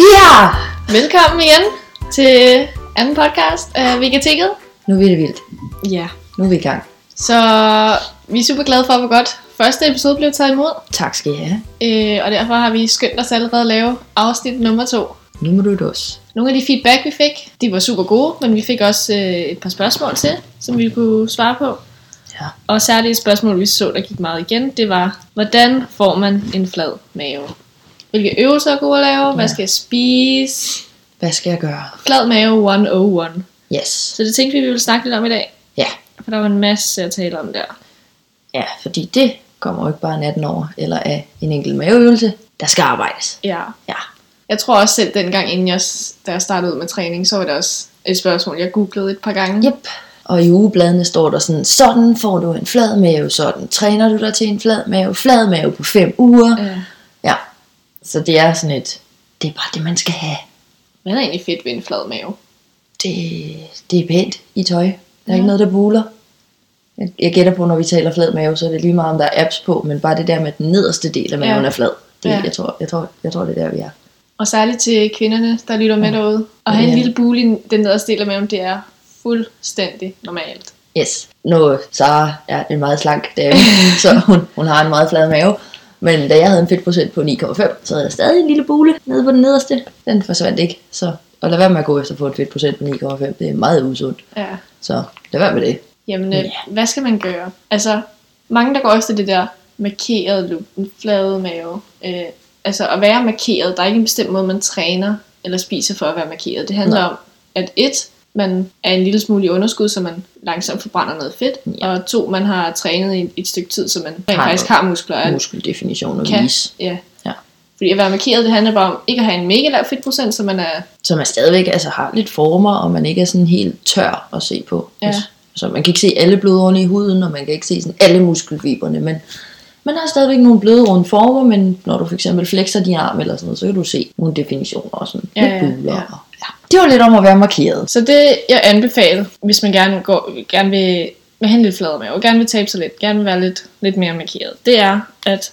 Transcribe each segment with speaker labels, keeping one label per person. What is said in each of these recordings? Speaker 1: Ja!
Speaker 2: Velkommen igen til anden podcast af Vegatikket.
Speaker 1: Nu er det vildt.
Speaker 2: Ja.
Speaker 1: Nu er vi i gang.
Speaker 2: Så vi er super glade for, hvor godt første episode blev taget imod.
Speaker 1: Tak skal I have.
Speaker 2: Øh, og derfor har vi skyndt os allerede at lave afsnit nummer to.
Speaker 1: Nu må du dås.
Speaker 2: Nogle af de feedback, vi fik, de var super gode, men vi fik også øh, et par spørgsmål til, som vi kunne svare på.
Speaker 1: Ja.
Speaker 2: Og særligt et spørgsmål, vi så, der gik meget igen, det var, hvordan får man en flad mave? Hvilke øvelser er gode at lave? Hvad
Speaker 1: Ja.
Speaker 2: skal jeg spise?
Speaker 1: Hvad skal jeg gøre?
Speaker 2: Flad mave 101.
Speaker 1: Yes.
Speaker 2: Så det tænkte vi, vi ville snakke lidt om i dag.
Speaker 1: Ja.
Speaker 2: For der var en masse at tale om der.
Speaker 1: Ja, fordi det kommer jo ikke bare natten over, eller af en enkelt maveøvelse. Der skal arbejdes.
Speaker 2: Ja.
Speaker 1: Ja.
Speaker 2: Jeg tror også selv dengang, inden jeg, s- da jeg startede ud med træning, så var det også et spørgsmål, jeg googlede et par gange.
Speaker 1: Jep. Og i ugebladene står der sådan, sådan får du en flad mave, sådan træner du dig til en flad mave, flad mave på fem uger.
Speaker 2: Øh,
Speaker 1: Ja. Så det er sådan et, det er bare det, man skal have.
Speaker 2: hvad er egentlig fedt ved en flad mave?
Speaker 1: det, det er pænt i tøj. Der er
Speaker 2: Ja.
Speaker 1: ikke noget, der buler. Jeg, jeg gætter på, når vi taler flad mave, så er det lige meget, om der er apps på, men bare det der med at den nederste del af maven
Speaker 2: Ja.
Speaker 1: er flad. Det,
Speaker 2: Ja.
Speaker 1: jeg, tror, jeg, tror, jeg tror, det er der, vi er.
Speaker 2: Og særligt til kvinderne, der lytter med derude. At have en
Speaker 1: Ja.
Speaker 2: lille bule i den nederste del af maven, det er fuldstændig normalt.
Speaker 1: Yes. Nu, Sara er en meget slank dame, så hun, hun har en meget flad mave. Men da jeg havde en fedtprocent på 9,5, så havde jeg stadig en lille bule nede på den nederste. Den forsvandt ikke, så... Og lad være med at gå efter at få en fedtprocent på 9,5. Det er meget usundt.
Speaker 2: Ja.
Speaker 1: Så lad være med det.
Speaker 2: Jamen, øh,
Speaker 1: Ja.
Speaker 2: hvad skal man gøre? Altså, mange der går også til det der markeret look, den flade mave. Øh, altså, at være markeret, der er ikke en bestemt måde, man træner eller spiser for at være markeret. Det handler Nej. om, at et, man er en lille smule i underskud, så man langsomt forbrænder noget fedt.
Speaker 1: Ja.
Speaker 2: Ja. Og to, man har trænet i et stykke tid, så man rent
Speaker 1: Har
Speaker 2: faktisk
Speaker 1: noget
Speaker 2: har muskler. og
Speaker 1: Muskeldefinition og
Speaker 2: kan-
Speaker 1: vis.
Speaker 2: Ja.
Speaker 1: Ja.
Speaker 2: Fordi at være markeret, det handler bare om ikke at have en mega lav fedtprocent, så man er...
Speaker 1: så man stadigvæk altså, har lidt former, og man ikke er sådan helt tør at se på.
Speaker 2: Ja.
Speaker 1: Så man kan ikke se alle blodårene i huden, og man kan ikke se sådan alle muskelfiberne, men man har stadigvæk nogle bløde runde former, men når du for eksempel flexer din arm eller sådan noget, så kan du se nogle definitioner og sådan
Speaker 2: Ja,
Speaker 1: lidt
Speaker 2: ja,
Speaker 1: buler.
Speaker 2: ja.
Speaker 1: og- Ja. Det var lidt om at være markeret.
Speaker 2: Så det, jeg anbefaler, hvis man gerne, går, gerne vil, vil have en lidt flad mave, gerne vil tabe sig lidt, gerne vil være lidt, lidt mere markeret, det er at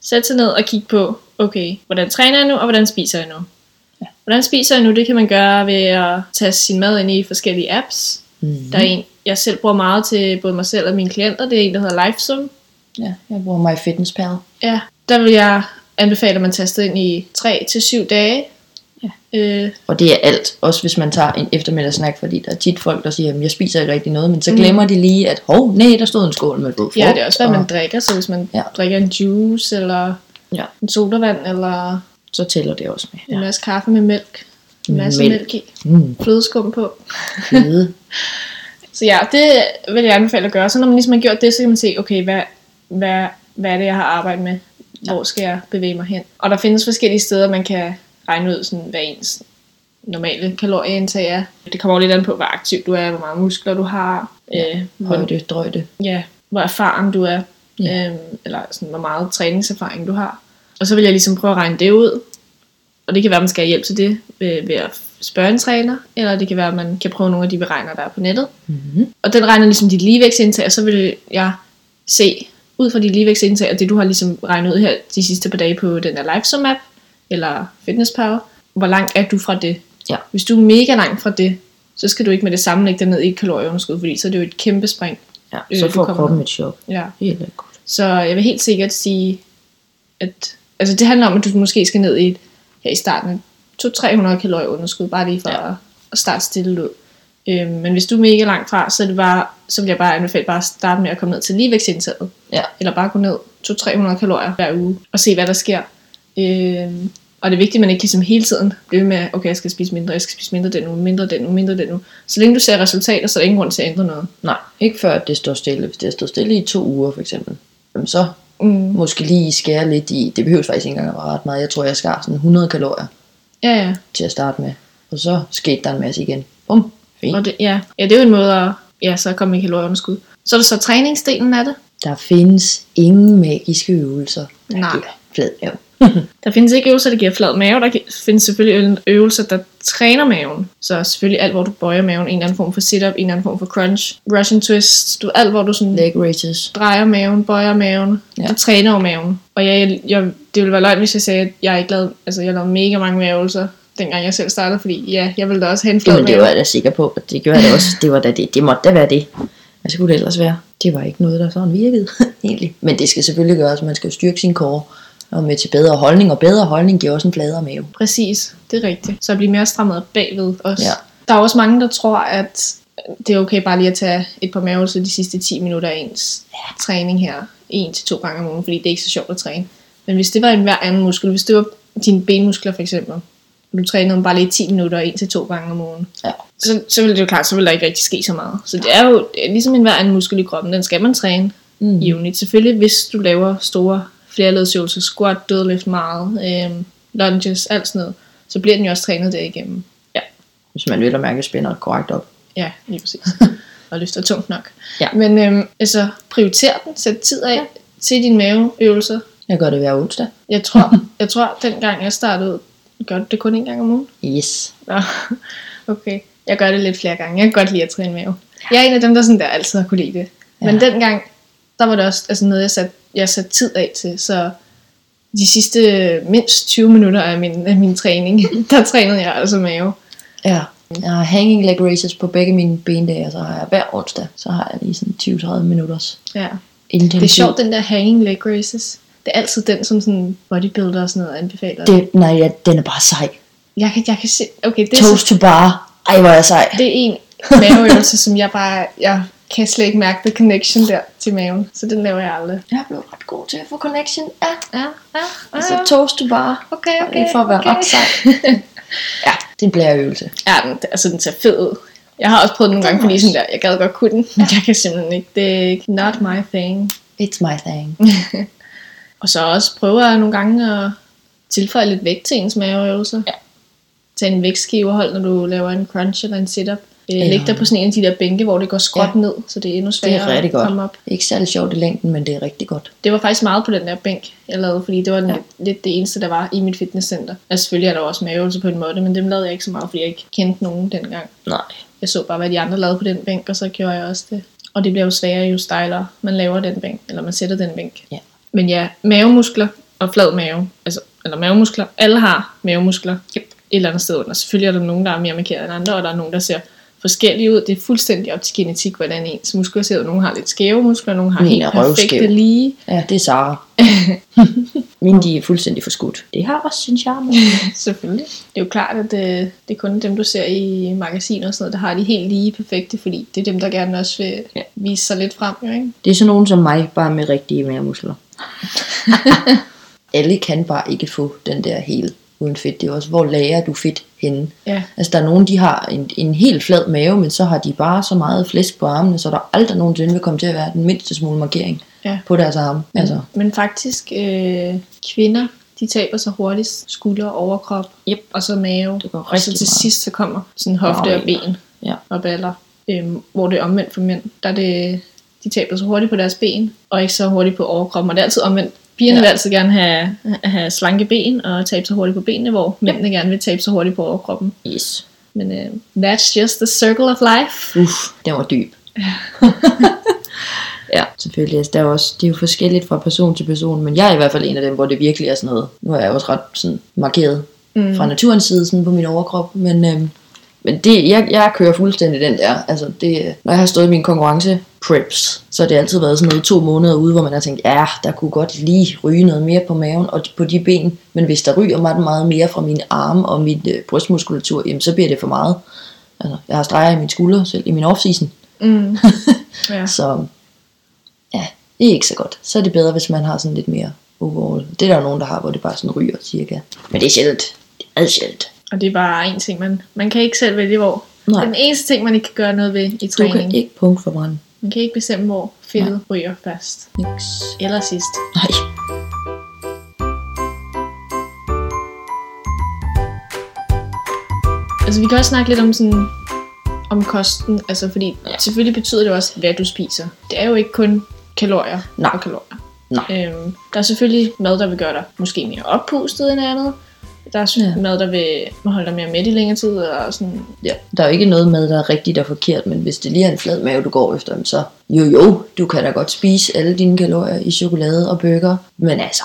Speaker 2: sætte sig ned og kigge på, okay, hvordan træner jeg nu, og hvordan spiser jeg nu? Ja. Hvordan spiser jeg nu, det kan man gøre ved at tage sin mad ind i forskellige apps.
Speaker 1: Mm.
Speaker 2: Der er en, jeg selv bruger meget til både mig selv og mine klienter, det er en, der hedder LifeSum.
Speaker 1: Ja, jeg bruger My Fitness Pal.
Speaker 2: Ja, der vil jeg anbefale, at man taster ind i 3-7 dage. Ja. Øh,
Speaker 1: Og det er alt, også hvis man tager en eftermiddagssnak, fordi der er tit folk, der siger, at jeg spiser ikke rigtig noget, men så glemmer de lige, at hov, nej, der stod en skål med blod
Speaker 2: Mm. Ja, det er også, hvad man drikker, så hvis man
Speaker 1: Ja.
Speaker 2: ja. drikker en juice, eller
Speaker 1: Ja.
Speaker 2: en sodavand, eller
Speaker 1: Så tæller det også med.
Speaker 2: en masse kaffe med mælk, en masse
Speaker 1: Mælk.
Speaker 2: mælk, mælk i,
Speaker 1: Mm,
Speaker 2: flødeskum på.
Speaker 1: fede.
Speaker 2: Så ja, det vil jeg anbefale at gøre. Så når man ligesom har gjort det, så kan man se, okay, hvad, hvad, hvad er det, jeg har arbejdet med? Hvor skal jeg bevæge mig hen? Og der findes forskellige steder, man kan regne ud, sådan, hvad ens normale kalorieindtag er. Det kommer jo lidt an på, hvor aktiv du er, hvor mange muskler du har, ja. øh, hvor
Speaker 1: højde, drøjde.
Speaker 2: ja, hvor erfaren du er,
Speaker 1: Ja.
Speaker 2: ja. øhm, eller sådan, hvor meget træningserfaring du har. Og så vil jeg ligesom prøve at regne det ud, og det kan være, at man skal have hjælp til det ved, ved at spørge en træner, eller det kan være, at man kan prøve nogle af de beregner, der er på nettet.
Speaker 1: Mm-hmm.
Speaker 2: Og den regner ligesom dit ligevægtsindtag, og så vil jeg se ud fra dit ligevægtsindtag, og det du har ligesom regnet ud her de sidste par dage på den her LiveSum app, eller Fitness Power, hvor langt er du fra det?
Speaker 1: Ja.
Speaker 2: Hvis du er mega langt fra det, så skal du ikke med det samme lægge dig ned i et kalorieunderskud, fordi så er det jo et kæmpe spring.
Speaker 1: Ja,
Speaker 2: Øh,
Speaker 1: så
Speaker 2: du
Speaker 1: får
Speaker 2: kommer
Speaker 1: kroppen et chok.
Speaker 2: Ja.
Speaker 1: Helt vildt godt.
Speaker 2: Så jeg vil helt sikkert sige, at altså det handler om, at du måske skal ned i, et- her i starten, 200-300 kalorier underskud, bare lige for
Speaker 1: Ja.
Speaker 2: ja. at, at starte stille ud. Øhm, men hvis du er mega langt fra, så, er det bare, så vil jeg bare anbefale bare at starte med at komme ned til ligevægtsindtaget.
Speaker 1: Ja.
Speaker 2: Eller bare gå ned 200-300 kalorier hver uge og se, hvad der sker. Øhm, og det er vigtigt, at man ikke ligesom hele tiden bliver ved med, okay, jeg skal spise mindre, jeg skal spise mindre den nu, mindre den nu, mindre den nu. Så længe du ser resultater, så er der ingen grund til at ændre noget.
Speaker 1: Nej, ikke før at det står stille. Hvis det står stille i to uger for eksempel, jamen så
Speaker 2: Mm.
Speaker 1: måske lige skære lidt i. Det behøves faktisk ikke engang at være ret meget. Jeg tror, jeg skar sådan 100 kalorier
Speaker 2: Ja, ja.
Speaker 1: til at starte med. Og så skete der en masse igen. Bum. Fint.
Speaker 2: Og det, ja. ja, det er jo en måde at ja, så komme i kalorieunderskud. Så er der så træningsdelen af det.
Speaker 1: Der findes ingen magiske øvelser. Der
Speaker 2: Nej.
Speaker 1: giver flad mave.
Speaker 2: Der findes ikke øvelser, der giver flad mave. Der gi- findes selvfølgelig øl- øvelser, der træner maven. Så selvfølgelig alt, hvor du bøjer maven. En eller anden form for sit-up, en eller anden form for crunch. Russian twist. Du, alt, hvor du sådan
Speaker 1: Leg raises.
Speaker 2: drejer maven, bøjer maven.
Speaker 1: Ja.
Speaker 2: Ja. Du træner jo maven. Og jeg, jeg, det ville være løgn, hvis jeg sagde, at jeg ikke lavede, altså, jeg lavede mega mange maveøvelser, dengang jeg selv startede. Fordi ja, jeg ville da også have en flad
Speaker 1: Jamen, det var
Speaker 2: mave.
Speaker 1: jeg da sikker på, og det gjorde jeg da også. Det, var da det. det måtte da være det. Hvad skulle det ellers være? Det var ikke noget, der sådan virkede, egentlig. Men det skal selvfølgelig gøres, man skal jo styrke sin kår og med til bedre holdning, og bedre holdning giver også en bladere mave.
Speaker 2: Præcis, det er rigtigt. Så at blive mere strammet op bagved også.
Speaker 1: Ja.
Speaker 2: Ja. Der er også mange, der tror, at det er okay bare lige at tage et par mavelser de sidste 10 minutter af ens ja. træning her. En til to gange om ugen, fordi det er ikke så sjovt at træne. Men hvis det var en hver anden muskel, hvis det var dine benmuskler for eksempel, og du trænede dem bare lige 10 minutter en til to gange om ugen,
Speaker 1: Ja.
Speaker 2: så, så ville det jo klart, så ville der ikke rigtig ske så meget. Så det er jo det er ligesom en hver anden muskel i kroppen, den skal man træne
Speaker 1: Mm.
Speaker 2: mm. jævnligt. Selvfølgelig, hvis du laver store flerledsøvelser, squat, dødløft meget, øhm, lunges, alt sådan noget, så bliver den jo også trænet derigennem. Ja,
Speaker 1: Hvis man vil og mærke spænder korrekt op.
Speaker 2: ja lige præcis. Og løfter tungt nok.
Speaker 1: Ja.
Speaker 2: Men øhm, altså, prioriter den, sæt tid af ja. til dine maveøvelser.
Speaker 1: Jeg gør det hver onsdag.
Speaker 2: Jeg tror, jeg tror, dengang jeg startede, ud, gør du det kun en gang om ugen?
Speaker 1: Yes.
Speaker 2: Nå, okay. Jeg gør det lidt flere gange. Jeg kan godt lide at træne mave. Jeg er en af dem, der sådan der altid har kunne lide det. Men
Speaker 1: Ja.
Speaker 2: dengang, der var det også altså noget, jeg satte jeg sat tid af til. Så de sidste øh, mindst 20 minutter af min, af min træning, der trænede jeg altså mave.
Speaker 1: Ja. Jeg har hanging leg raises på begge mine bendage, og så har jeg hver onsdag, så har jeg lige sådan 20-30 minutters
Speaker 2: Ja.
Speaker 1: intensiv.
Speaker 2: Det er sjovt, den der hanging leg raises. Det er altid den, som sådan bodybuilder og sådan noget anbefaler. Det.
Speaker 1: Det, nej, ja, den er bare sej.
Speaker 2: Jeg, kan, jeg kan se... Okay, det er, så,
Speaker 1: Toast to bar. Ej, hvor er jeg sej.
Speaker 2: det er en maveøvelse, som jeg bare... Jeg kan slet ikke mærke the connection der til maven. Så den laver jeg aldrig.
Speaker 1: Jeg er blevet ret god til at få connection. Ja,
Speaker 2: Ja, ja, ja.
Speaker 1: altså toast to bar.
Speaker 2: Okay, okay.
Speaker 1: Lige for at være
Speaker 2: okay.
Speaker 1: ret sej. ja, det er en blæreøvelse.
Speaker 2: Ja, den, altså den ser fed ud. Jeg har også prøvet den nogle gange, fordi sådan der, jeg gad godt kunne den, men jeg kan simpelthen ikke. Det er ikke not my thing.
Speaker 1: It's my thing.
Speaker 2: Og så også prøver jeg nogle gange at tilføje lidt vægt til ens maveøvelser. Ja. Tag en vægtskive og hold, når du laver en crunch eller en sit-up. Øh,
Speaker 1: Ja.
Speaker 2: Læg dig på sådan en af de der bænke, hvor det går skråt
Speaker 1: Ja.
Speaker 2: ja. ned, så det er endnu
Speaker 1: Det er
Speaker 2: sværere
Speaker 1: rigtig
Speaker 2: at
Speaker 1: godt.
Speaker 2: komme op.
Speaker 1: Ikke særlig sjovt i længden, men det er rigtig godt.
Speaker 2: Det var faktisk meget på den der bænk, jeg lavede, fordi det var den, ja. lidt det eneste, der var i mit fitnesscenter. Altså selvfølgelig er der også maveøvelser på en måde, men dem lavede jeg ikke så meget, fordi jeg ikke kendte nogen dengang.
Speaker 1: Nej.
Speaker 2: Jeg så bare, hvad de andre lavede på den bænk, og så gjorde jeg også det. Og det bliver jo sværere, jo stejlere man laver den bænk, eller man sætter den bænk.
Speaker 1: Ja.
Speaker 2: Men ja, mavemuskler og flad mave, altså, eller mavemuskler, alle har mavemuskler et eller andet sted under. Selvfølgelig er der nogen, der er mere markeret end andre, og der er nogen, der ser forskellige ud. Det er fuldstændig op til genetik, hvordan ens muskler ser ud. Nogle har lidt skæve muskler, nogle har
Speaker 1: Min
Speaker 2: helt
Speaker 1: er
Speaker 2: perfekte
Speaker 1: røvskæv.
Speaker 2: lige.
Speaker 1: Ja, det er Sara. Mine, de er fuldstændig forskudt. Det har også sin charme.
Speaker 2: Selvfølgelig. Det er jo klart, at øh, det er kun dem, du ser i magasiner og sådan noget, der har de helt lige perfekte, fordi det er dem, der gerne også vil
Speaker 1: Ja.
Speaker 2: vise sig lidt frem, jo, ikke?
Speaker 1: Det er sådan nogen som mig, bare med rigtige mavemuskler. Alle kan bare ikke få den der hele uden fedt. Det er også, hvor lærer du fedt henne?
Speaker 2: Ja,
Speaker 1: Altså der er nogen, de har en, en helt flad mave, men så har de bare så meget flæsk på armene, så der aldrig nogensinde vil komme til at være den mindste smule markering
Speaker 2: Ja.
Speaker 1: på deres arme. Altså,
Speaker 2: Men faktisk, øh, kvinder, de taber sig hurtigst skulder, overkrop,
Speaker 1: Yep.
Speaker 2: og så mave.
Speaker 1: Det går
Speaker 2: og så
Speaker 1: rigtig
Speaker 2: til
Speaker 1: meget.
Speaker 2: sidst, så kommer sådan hofte og
Speaker 1: Bagben.
Speaker 2: ben
Speaker 1: ja.
Speaker 2: og baller, øhm, hvor det er omvendt for mænd. Der er det, de taber sig hurtigt på deres ben, og ikke så hurtigt på overkroppen. Og det er altid omvendt. Pigerne
Speaker 1: Ja.
Speaker 2: ja. vil altid gerne have, have slanke ben og tabe sig hurtigt på benene, hvor mændene gerne vil tabe sig hurtigt på overkroppen.
Speaker 1: Yes.
Speaker 2: Men øh, that's just the circle of life.
Speaker 1: Uff, den var dyb. ja, selvfølgelig. Altså, der er jo også, det er jo forskelligt fra person til person, men jeg er i hvert fald en af dem, hvor det virkelig er sådan noget. Nu er jeg også ret sådan, markeret mm. fra naturens side sådan på min overkrop, men, øhm, men det, jeg, jeg kører fuldstændig den der. Altså, det, når jeg har stået i min konkurrence preps, så har det altid været sådan noget to måneder ude, hvor man har tænkt, ja, der kunne godt lige ryge noget mere på maven og på de ben, men hvis der ryger meget, meget mere fra mine arme og min øh, brystmuskulatur, jamen, så bliver det for meget. Altså, jeg har streger i mine skuldre selv i min off-season,
Speaker 2: Mm. Ja.
Speaker 1: så ja, det er ikke så godt. Så er det bedre, hvis man har sådan lidt mere overall. Det er der jo nogen, der har, hvor det bare sådan ryger cirka. Men det er sjældent. Det er meget sjældent.
Speaker 2: Og det er bare en ting, man, man kan ikke selv vælge, hvor.
Speaker 1: Nej.
Speaker 2: Det er den eneste ting, man ikke kan gøre noget ved i
Speaker 1: Du
Speaker 2: træning.
Speaker 1: kan ikke punktforbrænde.
Speaker 2: Man kan ikke bestemme, hvor fedtet ryger først.
Speaker 1: Niks.
Speaker 2: Eller sidst.
Speaker 1: Nej.
Speaker 2: Altså, vi kan også snakke lidt om sådan om kosten, altså fordi ja. selvfølgelig betyder det også, hvad du spiser. Det er jo ikke kun kalorier
Speaker 1: Nej.
Speaker 2: og kalorier.
Speaker 1: Nej.
Speaker 2: Øhm, der er selvfølgelig mad, der vil gøre dig måske mere oppustet end andet. Der er
Speaker 1: Ja.
Speaker 2: ja. mad, der vil holde dig mere midt i længere tid, og sådan,
Speaker 1: Ja, der er jo ikke noget med, der er rigtigt og forkert, men hvis det lige er en flad mave, du går efter, så jo jo, du kan da godt spise alle dine kalorier i chokolade og bøger, men altså,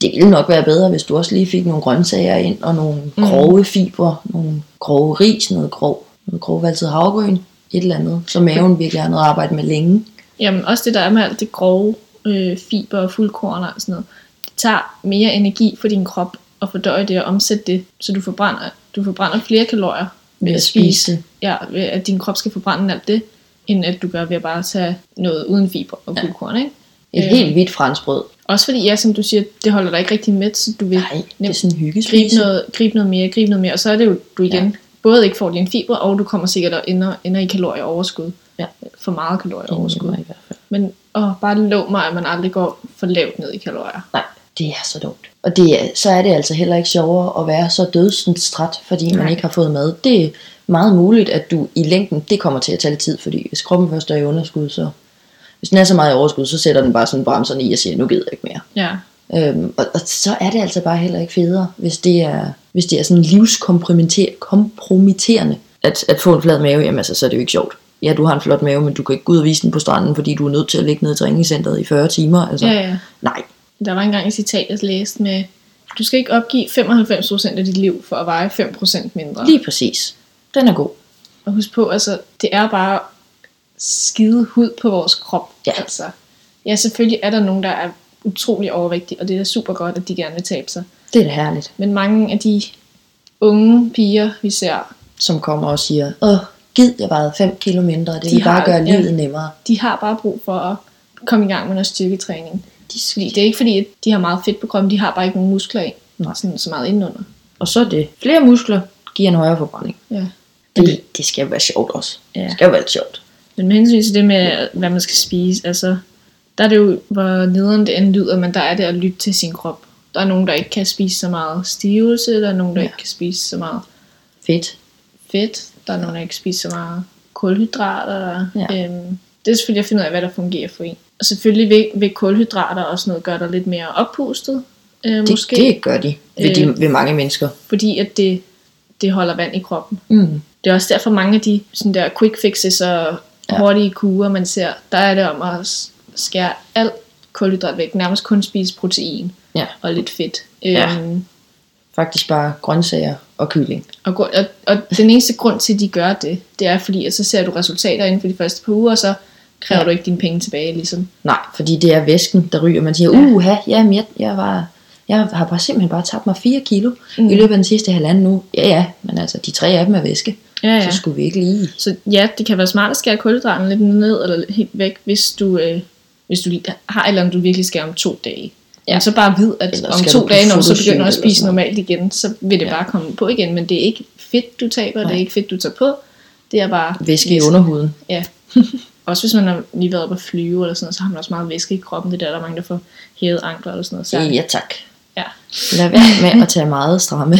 Speaker 1: det ville nok være bedre, hvis du også lige fik nogle grøntsager ind, og nogle mm. grove fibre, nogle grove ris, noget grov, noget grov valset havregryn, et eller andet, så maven virkelig har noget at arbejde med længe.
Speaker 2: Jamen også det der er med alt det grove øh, fiber og fuldkorn og sådan noget. Det tager mere energi for din krop at fordøje det og omsætte det, så du forbrænder, du forbrænder flere kalorier
Speaker 1: Ved at spise det.
Speaker 2: Ja, ved at din krop skal forbrænde alt det, end at du gør ved at bare tage noget uden fiber og fuldkorn, ikke?
Speaker 1: Et
Speaker 2: Øh,
Speaker 1: helt hvidt franskbrød.
Speaker 2: Også fordi, ja, som du siger, det holder dig ikke rigtig med, så du vil
Speaker 1: Nej, det er
Speaker 2: nemt
Speaker 1: sådan en
Speaker 2: gribe
Speaker 1: hyggespise.
Speaker 2: noget, gribe noget mere, gribe noget mere, og så er det jo, du igen ja. både ikke får dine fiber, og du kommer sikkert og ender, ender i kalorieoverskud.
Speaker 1: Ja.
Speaker 2: For meget kalorieoverskud.
Speaker 1: i hvert fald.
Speaker 2: Men åh, bare lov mig, at man aldrig går for lavt ned i kalorier.
Speaker 1: Nej, det er så dumt. Og det er, så er det altså heller ikke sjovere at være så dødsens træt, fordi man
Speaker 2: Nej.
Speaker 1: ikke har fået mad. Det er meget muligt, at du i længden, det kommer til at tage lidt tid, fordi hvis kroppen først er i underskud, så hvis den er så meget i overskud, så sætter den bare sådan bremserne i og siger, nu gider jeg ikke mere.
Speaker 2: Ja.
Speaker 1: Øhm, og, og, så er det altså bare heller ikke federe, hvis det er, hvis det er sådan livskompromitterende, at, at få en flad mave, jamen altså, så er det jo ikke sjovt. Ja, du har en flot mave, men du kan ikke gå ud og vise den på stranden, fordi du er nødt til at ligge nede i træningscenteret i 40 timer. Altså,
Speaker 2: ja, ja.
Speaker 1: Nej,
Speaker 2: Der var engang et citat, jeg læste med, du skal ikke opgive 95% af dit liv for at veje 5% mindre.
Speaker 1: Lige præcis. Den er god.
Speaker 2: Og husk på, altså, det er bare skide hud på vores krop.
Speaker 1: Ja.
Speaker 2: Altså, ja, selvfølgelig er der nogen, der er utrolig overvægtige, og det er da super godt, at de gerne vil tabe sig.
Speaker 1: Det er da herligt.
Speaker 2: Men mange af de unge piger, vi ser,
Speaker 1: Som kommer og siger, åh, gid jeg vejede 5 kilo mindre, det
Speaker 2: De
Speaker 1: ville bare
Speaker 2: har-
Speaker 1: gøre
Speaker 2: ja.
Speaker 1: livet nemmere.
Speaker 2: de har bare brug for at komme i gang med noget styrketræning.
Speaker 1: De
Speaker 2: Fordi det er ikke fordi, at de har meget fedt på kroppen, de har bare ikke nogen muskler i.
Speaker 1: Nej.
Speaker 2: Sådan så meget indenunder.
Speaker 1: Og så er det. Flere muskler giver en højere forbrænding.
Speaker 2: Ja.
Speaker 1: Det, det skal jo være sjovt også.
Speaker 2: Ja.
Speaker 1: Det skal jo være lidt sjovt.
Speaker 2: Men med hensyn til det med, hvad man skal spise, altså, der er det jo, hvor nederen det end lyder, men der er det at lytte til sin krop. Der er nogen, der ikke kan spise så meget stivelse, der er nogen, der ja.
Speaker 1: Ja.
Speaker 2: ikke kan spise så meget
Speaker 1: Fedt.
Speaker 2: fedt, der er nogen, der ikke kan spise så meget kulhydrater.
Speaker 1: Ja.
Speaker 2: Øhm, det er selvfølgelig at finde ud af, hvad der fungerer for en. Og selvfølgelig vil, vil kulhydrater og sådan noget gøre dig lidt mere oppustet, øh,
Speaker 1: Det,
Speaker 2: måske,
Speaker 1: det gør de ved, de
Speaker 2: Øh.
Speaker 1: ved mange mennesker.
Speaker 2: fordi at det, det holder vand i kroppen.
Speaker 1: Mm.
Speaker 2: Det er også derfor mange af de sådan der quick fixes og
Speaker 1: Ja.
Speaker 2: hurtige kurer, man ser, der er det om at s- skære alt kulhydrat væk. Nærmest kun spise protein
Speaker 1: Ja.
Speaker 2: og lidt fedt.
Speaker 1: Ja.
Speaker 2: Øhm,
Speaker 1: Faktisk bare grøntsager og kylling.
Speaker 2: og, gru- og, og den eneste grund til, at de gør det, det er fordi, at så ser du resultater inden for de første par uger, og så kræver
Speaker 1: Ja.
Speaker 2: ja. du ikke dine penge tilbage. Ligesom.
Speaker 1: Nej, fordi det er væsken, der ryger. Man siger, uha, jamen, jeg, jeg, var, jeg har bare simpelthen bare tabt mig 4 kilo mm.
Speaker 2: Mm.
Speaker 1: i løbet af den sidste halvanden uge. Ja, ja, men altså, de tre af dem er væske.
Speaker 2: Ja,
Speaker 1: Ja. Så skulle vi ikke lige...
Speaker 2: Så ja, det kan være smart at skære kulhydraterne lidt ned eller helt væk, hvis du, øh, hvis du har et eller andet, du virkelig skærer om to dage.
Speaker 1: Ja.
Speaker 2: Ja. Så bare vid, at
Speaker 1: Ellers
Speaker 2: om
Speaker 1: skal du
Speaker 2: to
Speaker 1: på
Speaker 2: dage, når du så
Speaker 1: photoshoot
Speaker 2: begynder at
Speaker 1: eller
Speaker 2: spise
Speaker 1: sådan
Speaker 2: normalt igen, så vil det
Speaker 1: Ja.
Speaker 2: ja. bare komme på igen. Men det er ikke fedt, du taber,
Speaker 1: Nej.
Speaker 2: det er ikke fedt, du tager på. Det er bare... øh,
Speaker 1: Væske i underhuden.
Speaker 2: Ja. også hvis man har lige været oppe at flyve eller sådan noget, så har man også meget væske i kroppen. Det er der, der er mange, der får hævet ankler eller sådan noget. Så,
Speaker 1: Ja tak.
Speaker 2: ja.
Speaker 1: Lad være med at tage meget stramme,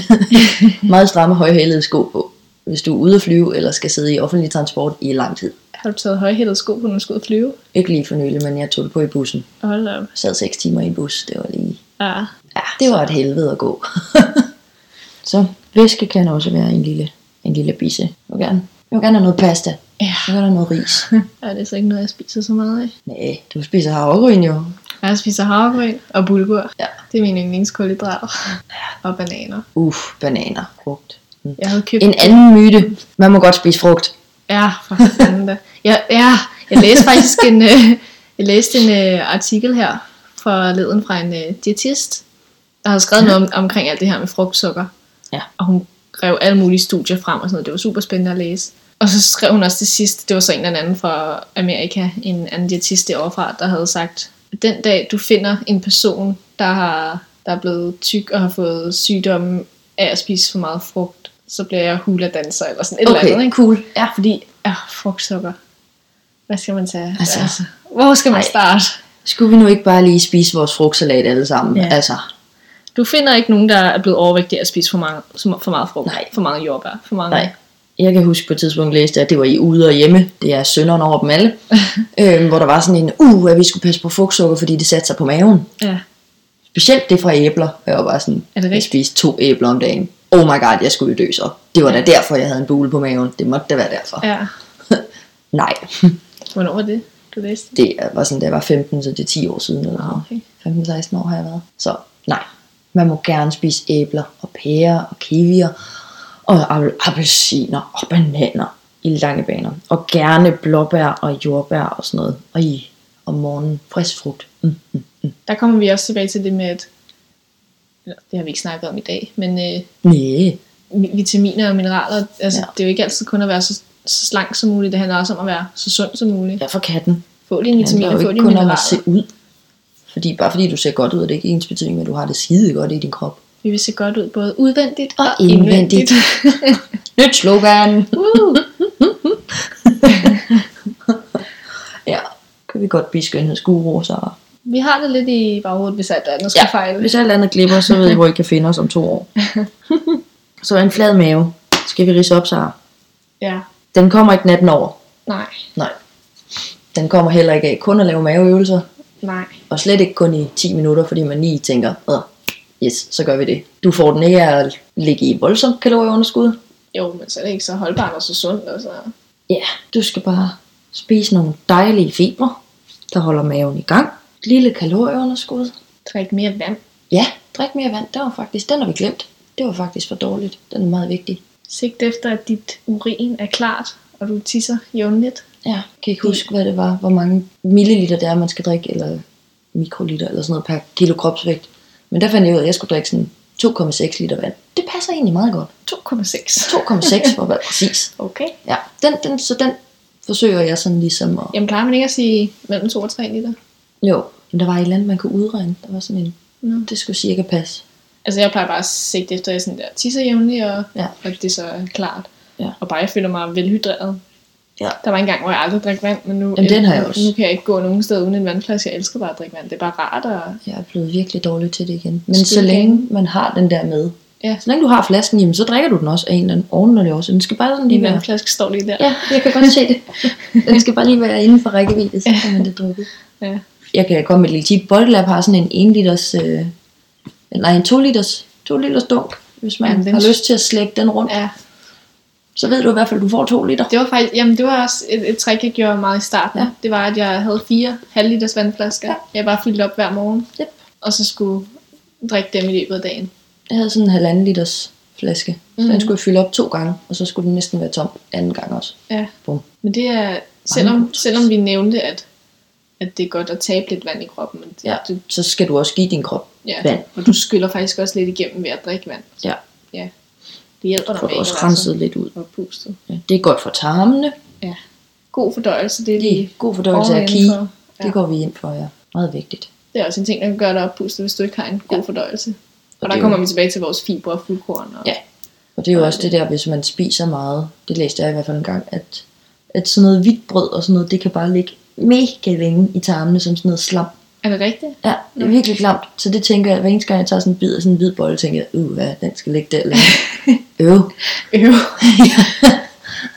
Speaker 1: meget stramme højhælede sko på, hvis du er ude at flyve eller skal sidde i offentlig transport i lang tid.
Speaker 2: Har du taget højhættede sko på, når du skal ud og flyve?
Speaker 1: Ikke lige for nylig, men jeg tog det på i bussen.
Speaker 2: Hold op.
Speaker 1: Jeg sad 6 timer i en bus, det var lige...
Speaker 2: Ja.
Speaker 1: Ja, det var et helvede at gå. så væske kan også være en lille, en lille bisse. Jeg vil gerne, jeg vil gerne have noget pasta.
Speaker 2: Ja.
Speaker 1: Jeg vil gerne have noget ris.
Speaker 2: ja, det er så ikke noget, jeg spiser så meget af.
Speaker 1: Nej, du spiser havregryn jo.
Speaker 2: Jeg spiser havregryn og bulgur.
Speaker 1: Ja.
Speaker 2: Det er mine yndlingskulhydrater. Og bananer.
Speaker 1: Uff, bananer, frugt. Mm.
Speaker 2: Jeg havde købt...
Speaker 1: En anden myte. Man må godt spise frugt.
Speaker 2: Ja, for fanden da. Ja, ja, jeg læste faktisk en, øh, jeg læste en øh, artikel her fra leden fra en øh, diætist, der havde skrevet noget om, omkring alt det her med frugtsukker.
Speaker 1: Ja.
Speaker 2: Og hun rev alle mulige studier frem og sådan noget. Det var super spændende at læse. Og så skrev hun også til sidst, det var så en eller anden fra Amerika, en anden diætist derovre, der havde sagt, den dag du finder en person, der, har, der er blevet tyk og har fået sygdomme af at spise for meget frugt, så bliver jeg hula danser eller sådan et eller andet.
Speaker 1: Okay,
Speaker 2: Ikke?
Speaker 1: cool. Ja.
Speaker 2: Fordi, ja, frugtsukker. Hvad skal man tage?
Speaker 1: Altså.
Speaker 2: Altså, altså hvor skal man
Speaker 1: Ej.
Speaker 2: starte?
Speaker 1: Skulle vi nu ikke bare lige spise vores frugtsalat alle sammen? Ja.
Speaker 2: Ja.
Speaker 1: Altså,
Speaker 2: Du finder ikke nogen, der er blevet overvægtig af at spise for meget, som- for meget frugt,
Speaker 1: Nej.
Speaker 2: for mange jordbær, for mange
Speaker 1: Nej. jeg kan huske på et tidspunkt læste, jeg, at det var i ude og hjemme, det er sønderen over dem alle, øhm, hvor der var sådan en, uh, at vi skulle passe på fugtsukker, fordi det satte sig på maven.
Speaker 2: Ja.
Speaker 1: Specielt det fra æbler, og jeg var bare sådan,
Speaker 2: Er det
Speaker 1: jeg
Speaker 2: rigtigt?
Speaker 1: spiste to æbler om dagen. Oh my god, jeg skulle jo dø så. Det var da derfor, jeg havde en bule på maven. Det måtte da være derfor. Ja.
Speaker 2: Ja.
Speaker 1: Nej,
Speaker 2: Hvornår var det, du læste? det?
Speaker 1: det var sådan, da jeg var 15, så det er 10 år siden. Eller noget.
Speaker 2: Okay.
Speaker 1: 15-16 år har jeg været. Så nej, man må gerne spise æbler og pærer og kiwier og apel- appelsiner og bananer i lange baner. Og gerne blåbær og jordbær og sådan noget. Og i om morgenen frisk frugt. Mm.
Speaker 2: Der kommer vi også tilbage til det med, at eller, det har vi ikke snakket om i dag, men øh,
Speaker 1: Næh.
Speaker 2: mi- vitaminer og mineraler, altså,
Speaker 1: Ja.
Speaker 2: ja. det er jo ikke altid kun at være så, så slank som muligt, det handler også om at være så sund som muligt. Ja.
Speaker 1: Derfor kan den.
Speaker 2: Få dine
Speaker 1: Det handler
Speaker 2: vitaminer,
Speaker 1: jo
Speaker 2: få
Speaker 1: ikke
Speaker 2: dine
Speaker 1: kun om at se
Speaker 2: mineraler.
Speaker 1: ud. Fordi, bare fordi du ser godt ud, er det ikke ens betydning, at du har det skide godt i din krop.
Speaker 2: Vi vil se godt ud både udvendigt og,
Speaker 1: Og
Speaker 2: indvendigt.
Speaker 1: indvendigt. Nyt slogan!
Speaker 2: uh,
Speaker 1: Ja, kan vi godt blive skønhedsguruer, Sarah.
Speaker 2: vi har det lidt i baghovedet, hvis alt andet skal ja. fejle.
Speaker 1: Hvis alt andet glipper, så ved I, hvor I kan finde os om to år. så en flad mave skal vi rise op, Sara.
Speaker 2: Ja,
Speaker 1: Den kommer ikke natten over.
Speaker 2: nej,
Speaker 1: Nej. Den kommer heller ikke af kun at lave maveøvelser.
Speaker 2: nej.
Speaker 1: Og slet ikke kun i 10 minutter, fordi man lige tænker, "Åh, yes, så gør vi det. Du får den ikke af at ligge i et voldsomt kalorieunderskud.
Speaker 2: Jo, men så er det ikke så holdbart og så sundt. Altså.
Speaker 1: Ja, du skal bare spise nogle dejlige fibre, der holder maven i gang. Et lille kalorieunderskud.
Speaker 2: Drik mere vand.
Speaker 1: Ja, drik mere vand. Det var faktisk, den har vi glemt. Det var faktisk for dårligt. Den er meget vigtig.
Speaker 2: Sigt efter, at dit urin er klart, og du tisser jævnligt.
Speaker 1: Ja, jeg kan ikke huske, hvad det var, hvor mange milliliter det er, man skal drikke, eller mikroliter, eller sådan noget per kilo kropsvægt. Men der fandt jeg ud af, at jeg skulle drikke sådan 2,6 liter vand. Det passer egentlig meget godt.
Speaker 2: 2,6.
Speaker 1: 2,6 for at være præcis.
Speaker 2: Okay.
Speaker 1: Ja, den, den, så den forsøger jeg sådan ligesom at...
Speaker 2: Jamen plejer man ikke at sige mellem 2 og 3 liter?
Speaker 1: Jo, men der var et eller andet, man kunne udregne. Der var sådan en...
Speaker 2: Nå.
Speaker 1: Det skulle cirka passe.
Speaker 2: Altså jeg plejer bare at sigte efter, at jeg sådan der tisser jævnligt, og
Speaker 1: Ja.
Speaker 2: at det så er klart.
Speaker 1: Ja.
Speaker 2: Og bare jeg føler mig velhydreret.
Speaker 1: Ja.
Speaker 2: Der var en gang, hvor jeg aldrig drak vand, men nu,
Speaker 1: Jamen, den har jeg
Speaker 2: nu,
Speaker 1: også.
Speaker 2: nu kan jeg ikke gå nogen steder uden en vandflaske. Jeg elsker bare at drikke vand. Det er bare rart. Og,
Speaker 1: Jeg er blevet virkelig dårlig til det igen. Men
Speaker 2: Skyld
Speaker 1: så længe man har den der med,
Speaker 2: ja,
Speaker 1: så længe du har flasken, jamen, så drikker du den også af en eller anden ordentlig også. Den skal bare sådan lige
Speaker 2: din
Speaker 1: være
Speaker 2: vandflaske står lige der.
Speaker 1: Ja, jeg kan godt se det. Den skal bare lige være inden for rækkevidde, så kan man det drukket.
Speaker 2: ja.
Speaker 1: Jeg kan komme med et lille tip. Bottlelab har sådan en 1 liters, øh, nej en 2 liters, 2 liters dunk, hvis man
Speaker 2: Jamen, den-
Speaker 1: har lyst til at slække den rundt.
Speaker 2: ja.
Speaker 1: Så ved du i hvert fald, at du får 2 liter.
Speaker 2: Det var faktisk, jamen det var også et, et trick, jeg gjorde meget i starten.
Speaker 1: Ja.
Speaker 2: Ja. Det var, at jeg havde fire halvliters vandflasker.
Speaker 1: Ja.
Speaker 2: Ja. Jeg bare fyldte op hver morgen.
Speaker 1: Yep.
Speaker 2: Og så skulle drikke dem i løbet af dagen.
Speaker 1: Jeg havde sådan en halvanden liters flaske. Så
Speaker 2: Mhm.
Speaker 1: den skulle jeg fylde op to gange, og så skulle den næsten være tom anden gang også.
Speaker 2: Ja.
Speaker 1: Bum.
Speaker 2: Men det er, selvom, selvom vi nævnte, at, at det er godt at tabe lidt vand i kroppen. Men det,
Speaker 1: Ja.
Speaker 2: du,
Speaker 1: Så skal du også give din krop
Speaker 2: ja.
Speaker 1: vand.
Speaker 2: Og du skyller faktisk også lidt igennem ved at drikke vand.
Speaker 1: Ja.
Speaker 2: ja. Det hjælper dig
Speaker 1: Får
Speaker 2: med
Speaker 1: du
Speaker 2: ikke
Speaker 1: også
Speaker 2: at være så-
Speaker 1: renset lidt ud.
Speaker 2: og pustet.
Speaker 1: Ja. Det er godt for tarmene.
Speaker 2: God fordøjelse, det er
Speaker 1: Det er
Speaker 2: lige
Speaker 1: god fordøjelse af
Speaker 2: oveni
Speaker 1: ki.
Speaker 2: indenfor. Ja.
Speaker 1: Det går vi ind for, ja. Meget vigtigt.
Speaker 2: Det er også en ting, der kan gøre dig oppustet, hvis du ikke har en god
Speaker 1: Ja.
Speaker 2: fordøjelse. Og,
Speaker 1: Og det er
Speaker 2: der
Speaker 1: jo-
Speaker 2: kommer vi tilbage til vores fibre og fuldkorn. Og...
Speaker 1: Ja. Og det er jo også det der, hvis man spiser meget, det læste jeg i hvert fald en gang, at, at sådan noget hvidt brød og sådan noget, det kan bare ligge mega længe i tarmene som sådan noget slam.
Speaker 2: Er det rigtigt?
Speaker 1: Ja, det er virkelig klamt. Så det tænker jeg, hver eneste gang jeg tager sådan en bid af sådan en hvid bolle, tænker jeg, uh, hvad, den skal ligge der længe. Øh. Øv.
Speaker 2: Øv.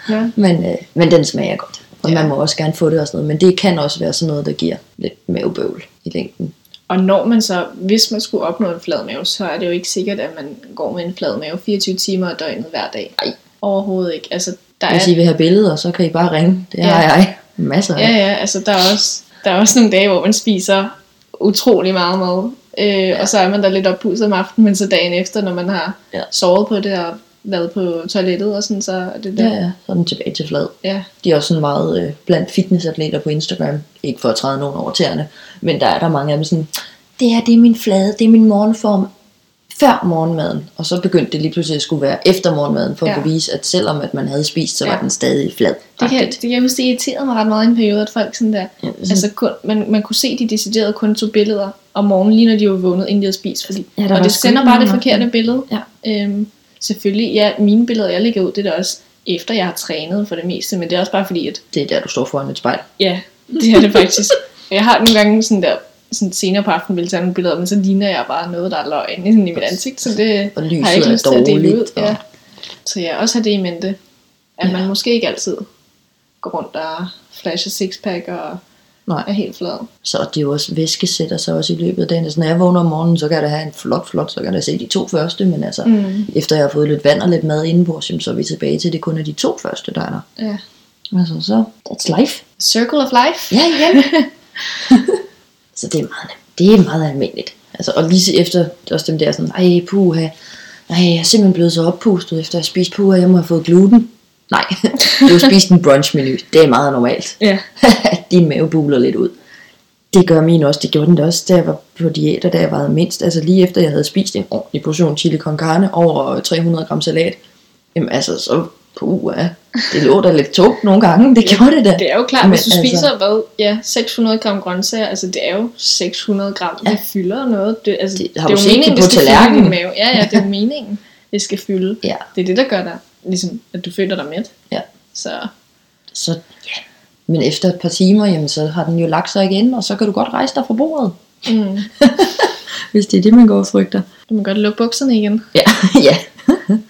Speaker 2: ja.
Speaker 1: Men, øh, men den smager godt. Og
Speaker 2: Ja.
Speaker 1: man må også gerne få det og sådan noget. Men det kan også være sådan noget, der giver lidt mavebøvl i længden.
Speaker 2: Og når man så, hvis man skulle opnå en flad mave, så er det jo ikke sikkert, at man går med en flad mave 24 timer og døgnet hver dag.
Speaker 1: Ej.
Speaker 2: Overhovedet ikke. Altså, der er,
Speaker 1: Hvis I vil have billeder, så kan I bare ringe. Det har
Speaker 2: Ja.
Speaker 1: jeg masser af.
Speaker 2: ja, ja, altså, der, er også, der er også nogle dage, hvor man spiser utrolig meget mad. Øh, ja. Og så er man der lidt oppustet om aftenen, men så dagen efter, når man har
Speaker 1: Ja.
Speaker 2: ja. sovet på det og været på toilettet og sådan, så er det der.
Speaker 1: ja, ja. Så er den tilbage til flad.
Speaker 2: ja.
Speaker 1: De er også sådan meget øh, blandt fitnessatleter på Instagram. Ikke for at træde nogen over tæerne, men der er der mange af dem sådan, det her det er min flade, det er min morgenform før morgenmaden. Og så begyndte det lige pludselig at skulle være efter morgenmaden, for ja. at
Speaker 2: Ja.
Speaker 1: bevise, at selvom at man havde spist, så ja. var
Speaker 2: Ja.
Speaker 1: den stadig flad.
Speaker 2: Det kan, det, kan jeg huske, det irriterede mig ret meget i en periode, at folk sådan der,
Speaker 1: Ja,
Speaker 2: ja,
Speaker 1: sådan-
Speaker 2: altså kun, man, man kunne se, de decideret kun tog billeder om morgenen, lige når de var vågnet, inden de havde spist, fordi,
Speaker 1: Ja, der
Speaker 2: ja,
Speaker 1: var
Speaker 2: og det
Speaker 1: sgu
Speaker 2: sender
Speaker 1: ikke
Speaker 2: bare det
Speaker 1: nogen
Speaker 2: forkerte billede.
Speaker 1: Ja.
Speaker 2: Øhm, selvfølgelig, ja, mine billeder, jeg lægger ud, det er da også efter, jeg har trænet for det meste, men det er også bare fordi, at
Speaker 1: Det er der, du står foran et spejl.
Speaker 2: ja, det er det faktisk. jeg har nogle gange sådan der, sådan senere på aftenen vil tage nogle billeder, men så ligner jeg bare noget, der er løgn i- sådan i mit ansigt, så det
Speaker 1: Og
Speaker 2: har jeg
Speaker 1: lyset
Speaker 2: ikke
Speaker 1: er
Speaker 2: lyst til at dele ud.
Speaker 1: dårligt. Og...
Speaker 2: Ja. Så ja, også have det i mente. At ja.
Speaker 1: Ja.
Speaker 2: man måske ikke altid går rundt og flasher sixpack og
Speaker 1: Nej.
Speaker 2: er helt flad.
Speaker 1: Så det er jo også, væske sætter sig også i løbet af dagen. Så når jeg vågner om morgenen, så kan jeg da have en flot, flot, så kan jeg da se de to første, men altså, mm.
Speaker 2: Mm.
Speaker 1: efter jeg har fået lidt vand og lidt mad indenbords, jamen, så er vi tilbage til, at det kun er de to første, der er der.
Speaker 2: Ja.
Speaker 1: Altså, så that's life.
Speaker 2: Circle of life.
Speaker 1: Ja, ja. så det er meget, det er meget almindeligt. Altså, og lige se efter, det er også dem der sådan, ej, puha, ej, jeg er simpelthen blevet så oppustet, efter jeg har spist puha, jeg må have fået gluten. Nej, du har spist en brunchmenu, det er meget normalt.
Speaker 2: Ja.
Speaker 1: Din mave buler lidt ud. Det gør min også, det gjorde den da også, da jeg var på diæter, da jeg var mindst. Altså lige efter jeg havde spist en ordentlig portion chili con carne over 300 gram salat. Jamen altså, så puha, det lå da lidt tungt nogle gange, det gjorde det da.
Speaker 2: Det er jo klart, hvis
Speaker 1: Men
Speaker 2: du
Speaker 1: altså-
Speaker 2: spiser hvad, ja, 600 gram grøntsager, altså det er jo 600 gram, ja.
Speaker 1: Ja.
Speaker 2: det fylder noget. Det, altså,
Speaker 1: Det-
Speaker 2: det,
Speaker 1: har
Speaker 2: er
Speaker 1: du
Speaker 2: jo
Speaker 1: set det
Speaker 2: meningen,
Speaker 1: på
Speaker 2: det skal fylde i
Speaker 1: tallerkenen?
Speaker 2: din mave. Ja, ja, det er jo meningen, det skal fylde.
Speaker 1: Ja.
Speaker 2: Det er det, der gør dig, ligesom, at du føler dig mæt.
Speaker 1: Ja.
Speaker 2: Så
Speaker 1: Så ja. Men efter et par timer, jamen, så har den jo lagt sig igen, og så kan du godt rejse dig fra bordet,
Speaker 2: mm,
Speaker 1: hvis det er det, man går og frygter.
Speaker 2: du må godt lukke bukserne igen.
Speaker 1: Ja, ja.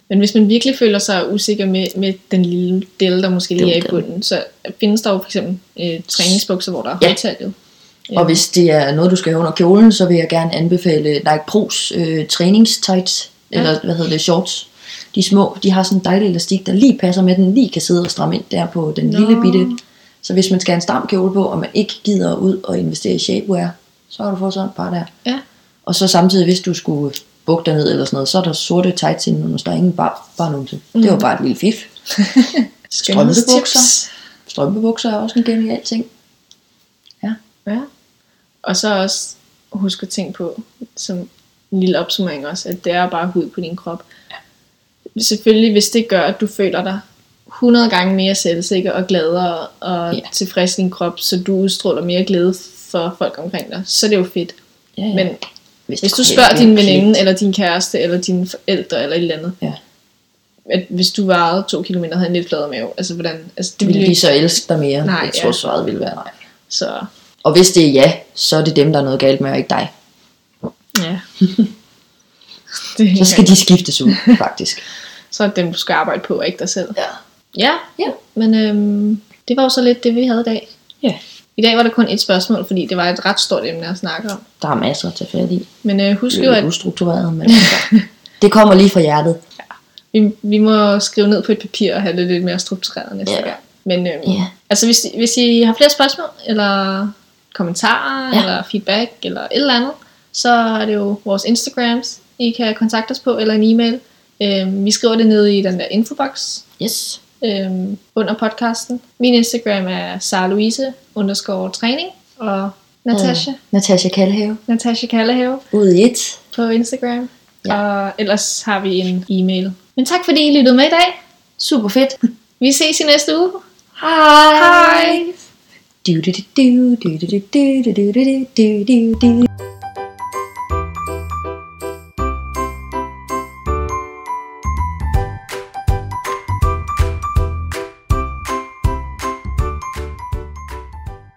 Speaker 2: Men hvis man virkelig føler sig usikker med, med den lille del, der måske lige er i
Speaker 1: Del.
Speaker 2: bunden, så findes der jo for eksempel øh, træningsbukser, hvor der er ja.
Speaker 1: Ja.
Speaker 2: højtallet.
Speaker 1: Og hvis det er noget, du skal have under kjolen, så vil jeg gerne anbefale Nike Pros øh, træningstights,
Speaker 2: Ja.
Speaker 1: eller hvad hedder det, shorts. De små, de har sådan en dejlig elastik, der lige passer med, den lige kan sidde og stramme ind der på den
Speaker 2: Nå.
Speaker 1: lille bitte. Så hvis man skal have en stram kjole på, og man ikke gider ud og investere i shapewear, så har du fået sådan et par der.
Speaker 2: Ja.
Speaker 1: Og så samtidig, hvis du skulle bukke dig ned eller sådan noget, så er der sorte tights indenunder, så der er ingen bar, bare numse. Mm. Det var bare et lille fif. Strømpebukser. Strømpebukser er også en genial ting.
Speaker 2: Ja. Og så også husk at tænke på, som en lille opsummering også, at det er bare hud på din krop. Ja. Selvfølgelig, hvis det gør, at du føler dig 100 gange mere selvsikker og gladere og
Speaker 1: Ja.
Speaker 2: ja. tilfreds i din krop, så du udstråler mere glæde for folk omkring dig, så er det jo fedt.
Speaker 1: Ja, ja.
Speaker 2: Men hvis du
Speaker 1: det
Speaker 2: spørger
Speaker 1: er
Speaker 2: din
Speaker 1: pligt-
Speaker 2: veninde, eller din kæreste, eller dine forældre, eller et eller andet,
Speaker 1: Ja.
Speaker 2: at hvis du vejede to kilometer og havde en lidt fladere mave, altså hvordan, altså det ville jo
Speaker 1: Vil de
Speaker 2: ikke,
Speaker 1: så elske dig mere?
Speaker 2: Nej,
Speaker 1: jeg tror,
Speaker 2: ja.
Speaker 1: svaret ville være nej.
Speaker 2: så
Speaker 1: Og hvis det er ja, så er det dem, der er noget galt med, og ikke dig.
Speaker 2: ja. det,
Speaker 1: Så skal de skiftes ud, faktisk.
Speaker 2: så er det dem, du skal arbejde på, og ikke dig selv.
Speaker 1: ja.
Speaker 2: Ja,
Speaker 1: Ja.
Speaker 2: men øhm, det var jo så lidt det, vi havde i dag.
Speaker 1: ja.
Speaker 2: I dag var det kun et spørgsmål, fordi det var et ret stort emne at snakke om.
Speaker 1: Der er masser at tage fat i.
Speaker 2: Men øh, husk
Speaker 1: Det
Speaker 2: jo,
Speaker 1: er lidt
Speaker 2: at
Speaker 1: ustruktureret, men altså, det kommer lige fra hjertet.
Speaker 2: vi, vi må skrive ned på et papir og have det lidt mere struktureret næste
Speaker 1: Ja.
Speaker 2: yeah. gang. Men øhm,
Speaker 1: Ja.
Speaker 2: altså, hvis, hvis I har flere spørgsmål, eller kommentarer,
Speaker 1: Ja.
Speaker 2: ja. eller feedback, eller et eller andet, så er det jo vores Instagrams, I kan kontakte os på, eller en e-mail. Øhm, vi skriver det nede i den der infobox,
Speaker 1: Yes.
Speaker 2: øhm, under podcasten. Min Instagram er sarlouise underscore træning og Natasha, mm.
Speaker 1: Øh, Natasha Kallhave.
Speaker 2: Natasha Kallehave
Speaker 1: Ud i et.
Speaker 2: på Instagram.
Speaker 1: Ja.
Speaker 2: Ja. Og ellers har vi en e-mail. Men tak fordi I lyttede med i dag.
Speaker 1: Super fedt.
Speaker 2: Vi ses i næste uge.
Speaker 1: Hej.
Speaker 2: Hej!
Speaker 1: Do do do do do do do do do do do do do.